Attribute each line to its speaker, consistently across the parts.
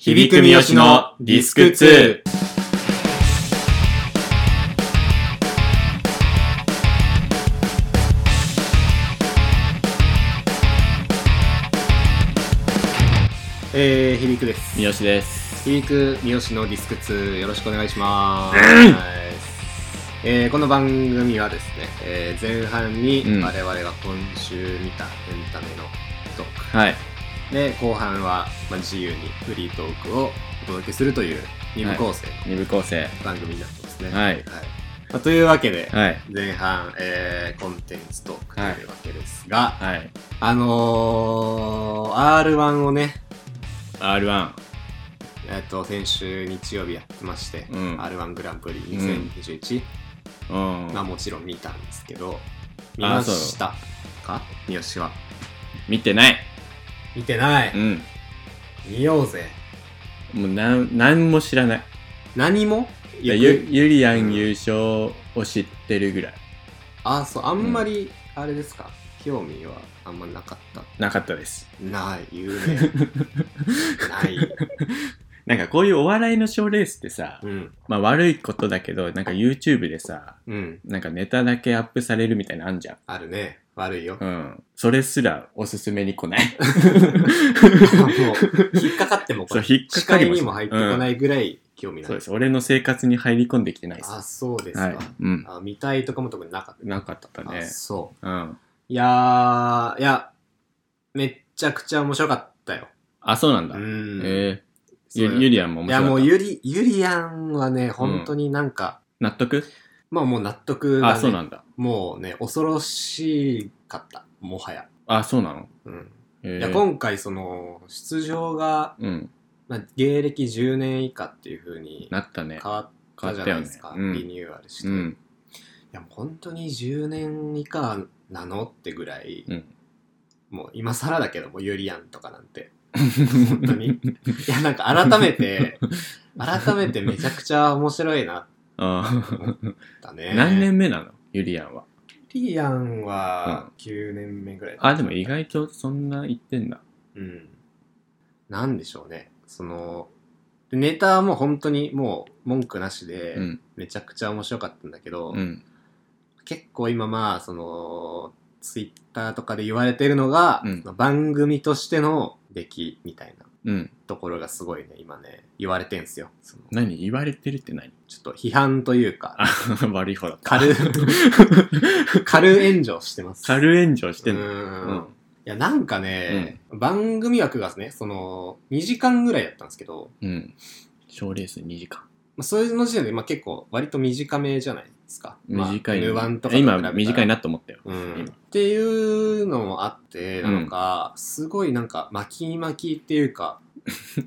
Speaker 1: 響く三好のディスク2。
Speaker 2: えー、響くです。
Speaker 1: 三好です。
Speaker 2: 響く三好のディスク2、よろしくお願いします。はいえーこの番組はですね、えー前半に
Speaker 1: うん
Speaker 2: 我々が今週見たエンタメのトーク、
Speaker 1: はい。
Speaker 2: で、後半は、まあ、自由にフリートークをお届けするという二部構成の
Speaker 1: 二部構成。
Speaker 2: 番組になってますね。
Speaker 1: はい
Speaker 2: まあというわけで、
Speaker 1: はい。
Speaker 2: 前半、えーコンテンツトークというわけですが、
Speaker 1: はい。
Speaker 2: あのー、R1 をね、
Speaker 1: R1。
Speaker 2: えっと、先週日曜日やってまして、
Speaker 1: うん
Speaker 2: R1 グランプリ2021、
Speaker 1: うん。
Speaker 2: まあもちろん見たんですけど、見
Speaker 1: あ
Speaker 2: ましたか三好は。
Speaker 1: 見てない。
Speaker 2: 見てない、
Speaker 1: うん。
Speaker 2: 見ようぜ。
Speaker 1: もうなん、なんも知らない。
Speaker 2: 何も
Speaker 1: ゆ
Speaker 2: よく
Speaker 1: ゆりやん優勝を知ってるぐらい。
Speaker 2: あ、そう、あんまり、あれですか、興味はあんまなかった。
Speaker 1: なかったです。
Speaker 2: ない、言う ね。ない。
Speaker 1: なんかこういうお笑いの賞レースってさ
Speaker 2: う、ん。
Speaker 1: まあ悪いことだけど、なんか YouTube でさ、
Speaker 2: うん。
Speaker 1: なんかネタだけアップされるみたいなのあんじゃん。
Speaker 2: あるね。悪いよ。
Speaker 1: う
Speaker 2: も
Speaker 1: ん。それすらおすすめに来 ない。
Speaker 2: う、引っかかってもこれ、
Speaker 1: そう引っかかり
Speaker 2: 視
Speaker 1: ま
Speaker 2: 界
Speaker 1: す
Speaker 2: にも入ってこないぐらい興味ない。
Speaker 1: そうです。俺の生活に入り込んできてないです。
Speaker 2: あ、そうですか。
Speaker 1: はい。うん。
Speaker 2: あ見たいとかも特になかっ
Speaker 1: なかった
Speaker 2: た。
Speaker 1: ね
Speaker 2: あ。そ
Speaker 1: うん。
Speaker 2: う。いやー、いや、めっちゃくちゃ面白かったよ。
Speaker 1: あ、そうなんだ。
Speaker 2: う
Speaker 1: え
Speaker 2: ん。
Speaker 1: え
Speaker 2: そう
Speaker 1: ゆゆりやんも
Speaker 2: い
Speaker 1: 面白
Speaker 2: や、
Speaker 1: かった。
Speaker 2: もうゆり、ゆりやんはね、本当になんか、
Speaker 1: 納得
Speaker 2: まあもう納得だ、ね、
Speaker 1: あ、そうなんだ。
Speaker 2: もうね、恐ろしかった。もはや。
Speaker 1: あ、そうなの
Speaker 2: うん。
Speaker 1: え
Speaker 2: い
Speaker 1: え
Speaker 2: や、今回その、出場が、
Speaker 1: うん。
Speaker 2: まあ、芸歴10年以下っていう風に
Speaker 1: なったね
Speaker 2: 変。わったじゃないですか。
Speaker 1: 変わったよねうん
Speaker 2: リニューアルして。
Speaker 1: う
Speaker 2: い
Speaker 1: ん。
Speaker 2: や、もう本当に10年以下なのってぐらい、
Speaker 1: うん
Speaker 2: もう今更だけども、ゆりやんとかな んて。本当に。いや、なんか改め て、改めてめちゃくちゃ面白いな、
Speaker 1: あ
Speaker 2: だ
Speaker 1: あ。
Speaker 2: ね。
Speaker 1: 何年目なのゆりやんは。
Speaker 2: ゆりやんは
Speaker 1: う
Speaker 2: 9年目ぐらい。
Speaker 1: あ、でも意外とそんな言ってんだ。
Speaker 2: うん。なんでしょうね。その、でネタはもう本当にもう文句なしで
Speaker 1: う、ん。
Speaker 2: めちゃくちゃ面白かったんだけど、
Speaker 1: うん。
Speaker 2: 結構今まあ、その、ツイッターとかで言われてるのが、
Speaker 1: うん
Speaker 2: その番組としての出来みたいな
Speaker 1: うん。
Speaker 2: ところがすごいね、今ね、言われてんすよ。その
Speaker 1: 何言われてるって何
Speaker 2: ちょっと批判というか、
Speaker 1: あ、悪い方だった。
Speaker 2: 軽い軽炎上してます。
Speaker 1: 軽炎上して
Speaker 2: うん
Speaker 1: の。
Speaker 2: ん
Speaker 1: う
Speaker 2: いや、なんかね、番組枠がね、その、2時間ぐらいだったんですけど、
Speaker 1: うん。賞レース2時間。
Speaker 2: まあ、それの時点で、まあ、結構、割と短めじゃないですか。
Speaker 1: 短いね。
Speaker 2: まあ、N1 とかと比べたら
Speaker 1: 今、短いなと思ったよ。
Speaker 2: うん、っていうのもあってなのか、すごいなんか巻き巻きってい うか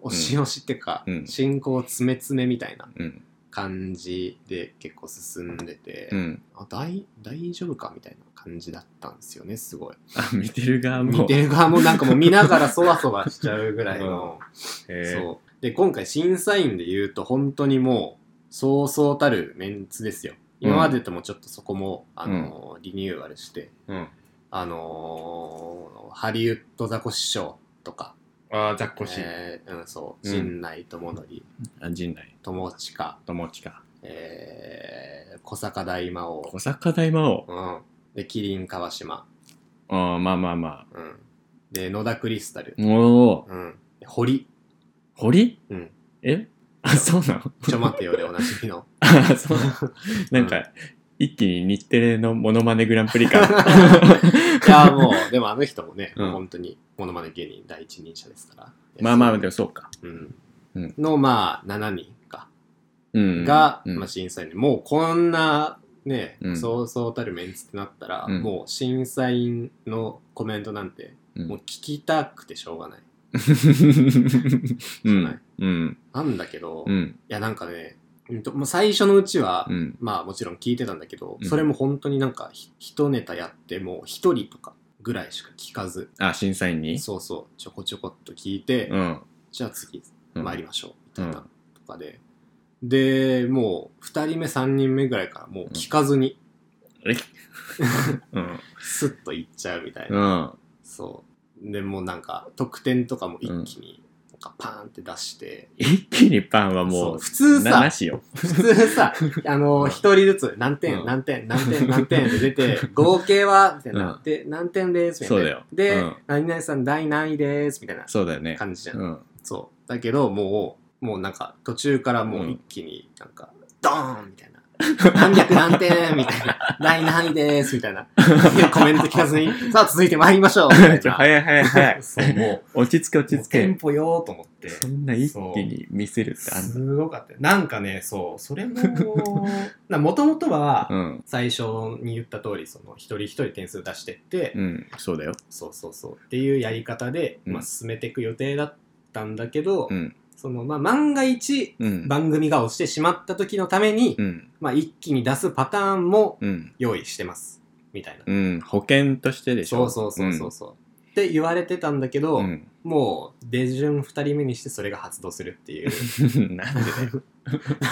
Speaker 2: 押し押しっていうか、
Speaker 1: うん
Speaker 2: 進行詰め詰めみたいな
Speaker 1: うん。
Speaker 2: 感じで結構進んでて、
Speaker 1: うん。
Speaker 2: あ大大丈夫かみたいな感じだったんですよねすごい
Speaker 1: あ、見てる側も。
Speaker 2: 見てる側もなんかもう見ながらそわそわしちゃうぐら いの、
Speaker 1: へえ
Speaker 2: そうで今回審査員で言うと本当にもうそうそうたるメンツですよ今までともちょっとそこも、あのリニューアルして
Speaker 1: うん。
Speaker 2: あのーハリウッドザコシショウとか、
Speaker 1: ああ、ザッ
Speaker 2: えーうん、そう、
Speaker 1: うん
Speaker 2: 陣内智則、
Speaker 1: あ、陣内
Speaker 2: 友近、
Speaker 1: 友近。
Speaker 2: えー、小坂大魔王
Speaker 1: 小、坂大魔王。
Speaker 2: うん、で、麒麟川島、
Speaker 1: ああ、まあまあま
Speaker 2: うん、で、野田クリスタル
Speaker 1: あ。、おお。
Speaker 2: うん、で堀、
Speaker 1: 堀
Speaker 2: うん、
Speaker 1: えあ、そうなの
Speaker 2: ちょ待てよでおなじみの。
Speaker 1: あ、 そうなのなんか、一気に日テレのモノマネグランプリ感。
Speaker 2: いや、もう、でもあの人もね、
Speaker 1: うん
Speaker 2: 本当に、モノマネ芸人第一人者ですから。
Speaker 1: まあまあ、
Speaker 2: で
Speaker 1: でもそうか。
Speaker 2: うん
Speaker 1: うん。
Speaker 2: の、まあ、7人か。
Speaker 1: うん。
Speaker 2: が、
Speaker 1: うん
Speaker 2: まあ、審査員でもうこんなね、
Speaker 1: うん
Speaker 2: そうそうたるメンツってなったら、
Speaker 1: うん
Speaker 2: もう審査員のコメントなんて、
Speaker 1: うん
Speaker 2: もう聞きたくてしょうがない。
Speaker 1: う
Speaker 2: じゃなんい。
Speaker 1: うん。
Speaker 2: なんだけど、
Speaker 1: う
Speaker 2: い
Speaker 1: ん。
Speaker 2: やなんかね、うんともう最初のうちは、
Speaker 1: うん。
Speaker 2: まあもちろん聞いてたんだけど、
Speaker 1: うん
Speaker 2: それも本当になんかひ一ネタやってもう一人とかぐらいしか聞かず、
Speaker 1: あ、審査員に
Speaker 2: そうそう、ちょこちょこっと聞いて、
Speaker 1: うん。
Speaker 2: じゃあ次
Speaker 1: うん
Speaker 2: 参りましょう、みたいなとかで。で、もう2人目3人目ぐらいからもう聞かずに、
Speaker 1: うん。
Speaker 2: スッといっちゃうみたいな、
Speaker 1: うん。
Speaker 2: そうでもうなんか得点とかも一気にかパーンって出して、
Speaker 1: 一気にパンはも
Speaker 2: そうう、普通
Speaker 1: なな
Speaker 2: さ、
Speaker 1: しよ。
Speaker 2: 普通さ、あの、一人ずつ何
Speaker 1: う
Speaker 2: 点、
Speaker 1: ん
Speaker 2: 何点、何点、何点って 出て、合計は、みたいな
Speaker 1: う。ん
Speaker 2: で、何点です、み
Speaker 1: そ
Speaker 2: たい
Speaker 1: うだ
Speaker 2: な
Speaker 1: よ。
Speaker 2: で
Speaker 1: うん、
Speaker 2: 何々さん第何位です、みたいな
Speaker 1: そうだよね。
Speaker 2: 感じじゃん
Speaker 1: う。ん。
Speaker 2: そう。だけど、もう、もうなんか、途中からもう一気になんか、ドーンみたいな。何百何点みたい な。第何位ですみたいな。コメント聞かずに、さあ続いて参りましょうみた い
Speaker 1: ちょ
Speaker 2: な。
Speaker 1: 早い早い早い。
Speaker 2: そう、も
Speaker 1: 落ち着け
Speaker 2: う、
Speaker 1: 落ち
Speaker 2: もう
Speaker 1: 着
Speaker 2: テン
Speaker 1: け。
Speaker 2: ポよーと思って。
Speaker 1: そんな一気に見せるってあん
Speaker 2: すごかったよ。なんかね、そう、それも、なもともとは、
Speaker 1: のうん。
Speaker 2: 最初に言った通り、その、一人一人点数出してって、
Speaker 1: うん。そうだよ。
Speaker 2: そうそうそう、っていうやり方で、
Speaker 1: うん
Speaker 2: まあ、進めていく予定だったんだけど、
Speaker 1: うん。
Speaker 2: その、まあ、万が一、
Speaker 1: うん。
Speaker 2: 番組が落ちてしまった時のために、
Speaker 1: うん。
Speaker 2: まあ、一気に出すパターンも
Speaker 1: うん。
Speaker 2: 用意してますみたいな、
Speaker 1: うん。保険としてでし
Speaker 2: そ
Speaker 1: ょ。
Speaker 2: うそうそうそうそう、って言われてたんだけど、
Speaker 1: うん。
Speaker 2: もう出順2人目にしてそれが発動する っていう
Speaker 1: うん。なんで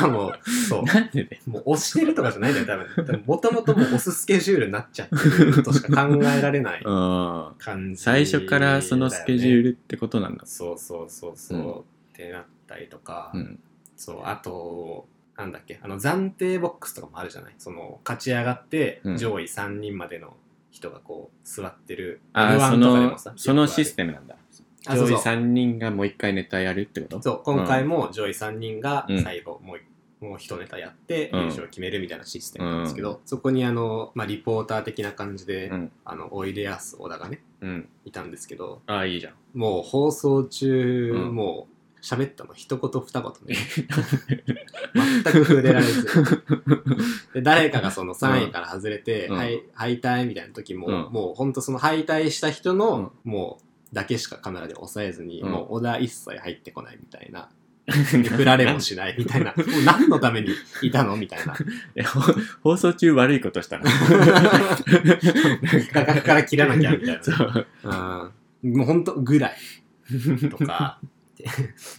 Speaker 2: もうそう
Speaker 1: なんでね。
Speaker 2: もう押してるとかじゃないんだよ多分もともともう押すスケジュールになっちゃってるとしか考えられない
Speaker 1: うん。
Speaker 2: 感じ、
Speaker 1: 最初からそのスケジュー
Speaker 2: ル
Speaker 1: ルってことなんだ。
Speaker 2: そうそうそうそう、
Speaker 1: うん
Speaker 2: ってなったりとか、
Speaker 1: うん。
Speaker 2: そうあとなんだっけあの暫定ボックスとかもあるじゃないその勝ち上がって
Speaker 1: うん
Speaker 2: 上位3人までの人がこう座ってる、
Speaker 1: ああ、
Speaker 2: M1
Speaker 1: そ
Speaker 2: とかでも
Speaker 1: の
Speaker 2: さ、
Speaker 1: そのシステムなんだ。
Speaker 2: あ
Speaker 1: 上
Speaker 2: そう
Speaker 1: 位
Speaker 2: そう
Speaker 1: 3人がもう一回ネタやるってこと
Speaker 2: そう今回も上位3人が
Speaker 1: うん
Speaker 2: 最後もう,、もう一ネタやって
Speaker 1: うん
Speaker 2: 優勝を決めるみたいなシステムなんですけど、そこにあの、まあ、リポーター的な感じで、
Speaker 1: うん
Speaker 2: あのおいでやす小田がね
Speaker 1: うん。
Speaker 2: いたんですけど
Speaker 1: ああ、いいじゃん。
Speaker 2: もう放送中、
Speaker 1: うん
Speaker 2: もう喋ったの一言二言 ね全く触れられずで誰かがその3位から外れて、
Speaker 1: うん
Speaker 2: はい敗退みたいな時も、
Speaker 1: うん
Speaker 2: もうほんとその敗退した人の、もうだけしかカメラで押さえずに、
Speaker 1: うん
Speaker 2: もう小田一切入ってこないみたいな。で 振られもしないみたいな。もう何のためにいたのみ たいな。
Speaker 1: えほ 放送中悪いことした ら。
Speaker 2: 画角から切らなきゃみたい
Speaker 1: そう。
Speaker 2: な。うん。もうほんとぐらい。と か。で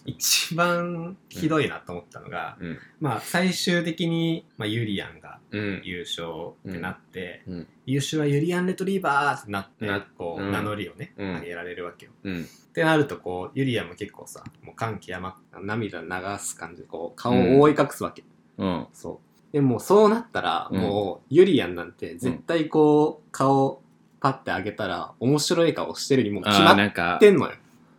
Speaker 2: 一番ひどいなと思ったのが、
Speaker 1: うん
Speaker 2: まあ最終的に、まあ、ユリアンが
Speaker 1: うん。
Speaker 2: 優勝ってなって、
Speaker 1: うんうん
Speaker 2: 優勝はユリアン・レトリーバーってなって
Speaker 1: な
Speaker 2: こう、
Speaker 1: うん
Speaker 2: 名乗りをね、
Speaker 1: うん
Speaker 2: 上げられるわけよ。
Speaker 1: うん。
Speaker 2: ってなるとこうユリアンも結構さもう感極まって涙流す感じでこう顔を覆い隠すわけ、
Speaker 1: うん。
Speaker 2: そうでもうそうなったら、
Speaker 1: うん
Speaker 2: もうユリアンなんて絶対こう顔パッて上げたら面白い顔してるにもう決
Speaker 1: あ
Speaker 2: ま
Speaker 1: あ、な
Speaker 2: っ
Speaker 1: んか、
Speaker 2: てんのよ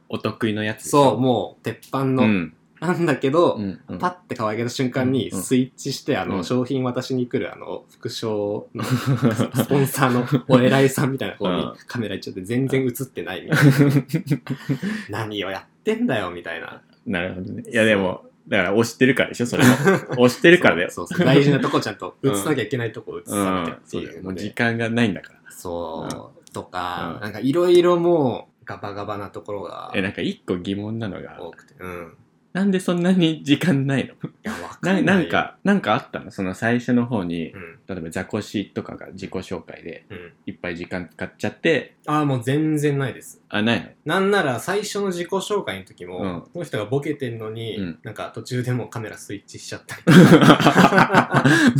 Speaker 1: お得意のやつでしょ。
Speaker 2: そうもう鉄板の、
Speaker 1: うん。
Speaker 2: なんだけど、
Speaker 1: うん。うん
Speaker 2: パッて顔上げた瞬間に
Speaker 1: うん
Speaker 2: スイッチして、あ
Speaker 1: う
Speaker 2: の
Speaker 1: ん
Speaker 2: 商品渡しに来るあの副賞 のスポンサーのお偉いさんみたいな方
Speaker 1: う
Speaker 2: に
Speaker 1: ん
Speaker 2: カメラ行っちゃって全然映ってないみたい な何をやってんだよみたいな
Speaker 1: なるほどね。いや、でも、だから押してるからでしょ、そ れも。押してるからだよ。
Speaker 2: そうそうそう大事なとこちゃんと映さなきゃいけないとこ映
Speaker 1: う
Speaker 2: さなきゃっ
Speaker 1: ん。
Speaker 2: て
Speaker 1: そう
Speaker 2: い
Speaker 1: だ
Speaker 2: う
Speaker 1: よ。
Speaker 2: の
Speaker 1: もう
Speaker 2: で
Speaker 1: 時間がないんだから。
Speaker 2: そうとか、
Speaker 1: うん
Speaker 2: なんかいろいろもうガバガバなところが
Speaker 1: え、なんか一個疑問なのが、
Speaker 2: 多くてうん
Speaker 1: なんでそんなに時間ないの
Speaker 2: いやわかんな
Speaker 1: ないなんか、なんかあったのその最初の方に
Speaker 2: う、ん
Speaker 1: 例えばザコシとかが自己紹介で
Speaker 2: うん
Speaker 1: いっぱい時間使っちゃって、
Speaker 2: ああもう全然ないです
Speaker 1: あ、ない
Speaker 2: なんなら最初の自己紹介の時も、
Speaker 1: うん
Speaker 2: その人がボケてんのに、
Speaker 1: うん
Speaker 2: なんか途中でもうカメラスイッチしちゃったり
Speaker 1: の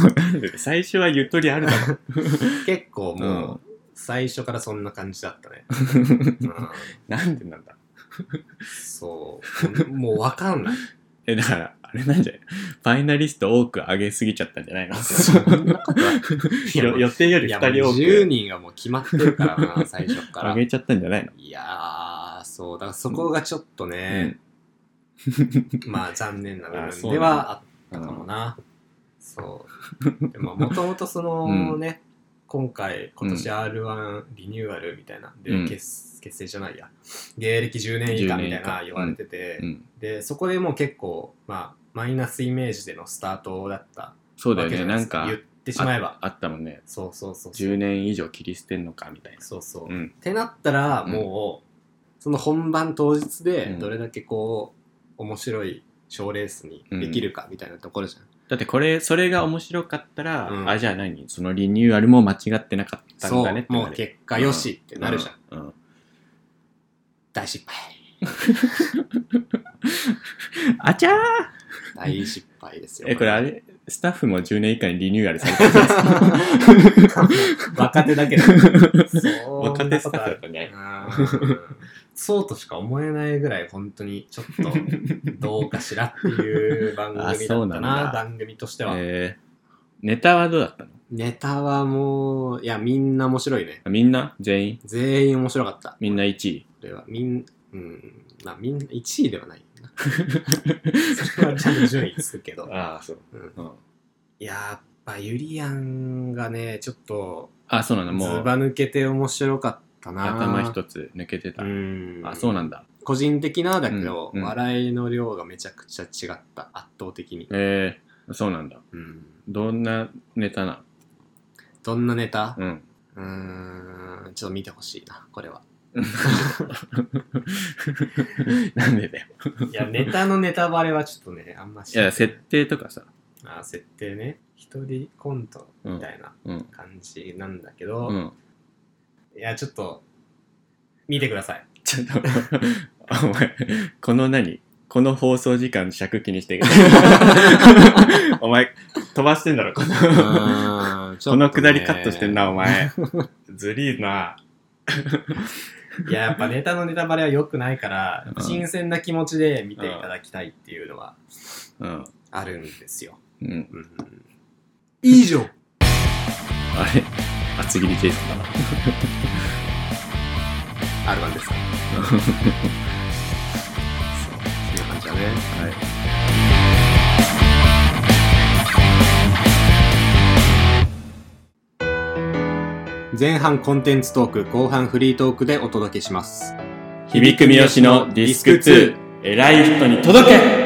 Speaker 1: もうなん で 最初はゆとりあるだろ。
Speaker 2: 結構もう、
Speaker 1: うん
Speaker 2: 最初からそんな感じだった ね、うん
Speaker 1: なんでなんだ
Speaker 2: そうもうわかんない
Speaker 1: え、だから、あれなんじゃないファイナリスト多く上げすぎちゃったんじゃない の
Speaker 2: そんなことはいや
Speaker 1: よ 予定よ
Speaker 2: い
Speaker 1: り
Speaker 2: や
Speaker 1: 2
Speaker 2: もう
Speaker 1: 人多
Speaker 2: 10
Speaker 1: く
Speaker 2: 人がもう決まってるから な最初か
Speaker 1: 上
Speaker 2: ら
Speaker 1: げちゃったんじゃないの
Speaker 2: いやーそうだからそこがちょっとね、まあ残念な部
Speaker 1: あそ
Speaker 2: 分
Speaker 1: う
Speaker 2: で
Speaker 1: なんだ
Speaker 2: はあったかもな そうでももともとそのね、今回今年 r 1リニューアルみたいなんで、
Speaker 1: うん
Speaker 2: 結結成じゃないや芸歴10年以下みたいな
Speaker 1: 10年以下
Speaker 2: 言われてて、
Speaker 1: うん
Speaker 2: でそこでもう結構まあマイナスイメージでのスタートだった
Speaker 1: そうだ
Speaker 2: わ
Speaker 1: よ
Speaker 2: けじ
Speaker 1: ね、
Speaker 2: ゃな
Speaker 1: なん
Speaker 2: いですか
Speaker 1: か
Speaker 2: 言っ、てしまえば
Speaker 1: ああったもんね。
Speaker 2: そうそうそうそう
Speaker 1: 10年以上切り捨てんのかみたいな。
Speaker 2: そうそう、
Speaker 1: うん
Speaker 2: っ。てなったら
Speaker 1: うん
Speaker 2: もう、その本番当日で
Speaker 1: うん
Speaker 2: どれだけこう面白い賞レースにできるかみたいなところじゃん、
Speaker 1: だってこれ、それが面白かったら、
Speaker 2: うん
Speaker 1: あ、じゃあ何そのリニューアルも間違ってなかったん
Speaker 2: そ
Speaker 1: だねっ
Speaker 2: う
Speaker 1: てなる
Speaker 2: もう結果よしってなるじゃん、。
Speaker 1: うん。うん
Speaker 2: 大失敗
Speaker 1: あちゃー
Speaker 2: 大失敗ですよ。
Speaker 1: え、これあれ、スタッフも10年以下にリニューアルされ てるんですか
Speaker 3: 若手だけど。
Speaker 1: 若手スタッフだ
Speaker 3: だ
Speaker 1: ったね。
Speaker 2: うんそうとしか思えないぐらい本当にちょっとどうかしらっていう番組だっ
Speaker 1: あそうな
Speaker 2: たなん
Speaker 1: だ
Speaker 2: 番組としては、
Speaker 1: えー、ネタはどうだったの
Speaker 2: ネタはもういやみんな面白いね
Speaker 1: みんな全員
Speaker 2: 全員面白かった
Speaker 1: みんな1位
Speaker 2: これはみんうんまあみんな1位ではないな それはちゃんと順位つくけど
Speaker 1: ああ、そう。
Speaker 2: うん
Speaker 1: うん、
Speaker 2: やっぱゆりやんがねちょっと
Speaker 1: あ、そうなん
Speaker 2: ず
Speaker 1: だ。もう、
Speaker 2: ば抜けて面白かったな
Speaker 1: 頭一つ抜けてた
Speaker 2: う。ん
Speaker 1: あ、そうなんだ。
Speaker 2: 個人的なだけど、
Speaker 1: うんうん
Speaker 2: 笑いの量がめちゃくちゃ違った圧倒的に、
Speaker 1: えー、そうなんだ。
Speaker 2: うん、
Speaker 1: どんなネタな
Speaker 2: どんなネタ
Speaker 1: の うん。
Speaker 2: うーんちょっと見てほしいなこ れは
Speaker 1: なんでだよ。
Speaker 2: いやネタのネタバレはちょっとねあんまし
Speaker 1: いや、設定とかさ。
Speaker 2: あ設定ね一人コント
Speaker 1: うん
Speaker 2: みたいな
Speaker 1: うん。
Speaker 2: 感じなんだけど、
Speaker 1: うん。
Speaker 2: いやちょっと見てくださ い
Speaker 1: ちょっと、お前、この何この放送時間尺気にして。 お前、飛ばしてんだろ、この。このくだりカットしてんな、お前。ずりーな。
Speaker 2: いややっぱネタのネタバレは良くないから
Speaker 1: うん
Speaker 2: 新鮮な気持ちで見ていただきたいっていうのは
Speaker 1: うん。
Speaker 2: あるんですよ、
Speaker 1: うん。
Speaker 2: うん、以上
Speaker 1: あれ厚切りジェイソンだな。
Speaker 2: R1 ですかそうそんな感じだね
Speaker 1: はい。
Speaker 2: 前半コンテンツトーク後半フリートークでお届けします
Speaker 1: 響く三好のディスク2、偉い人に届け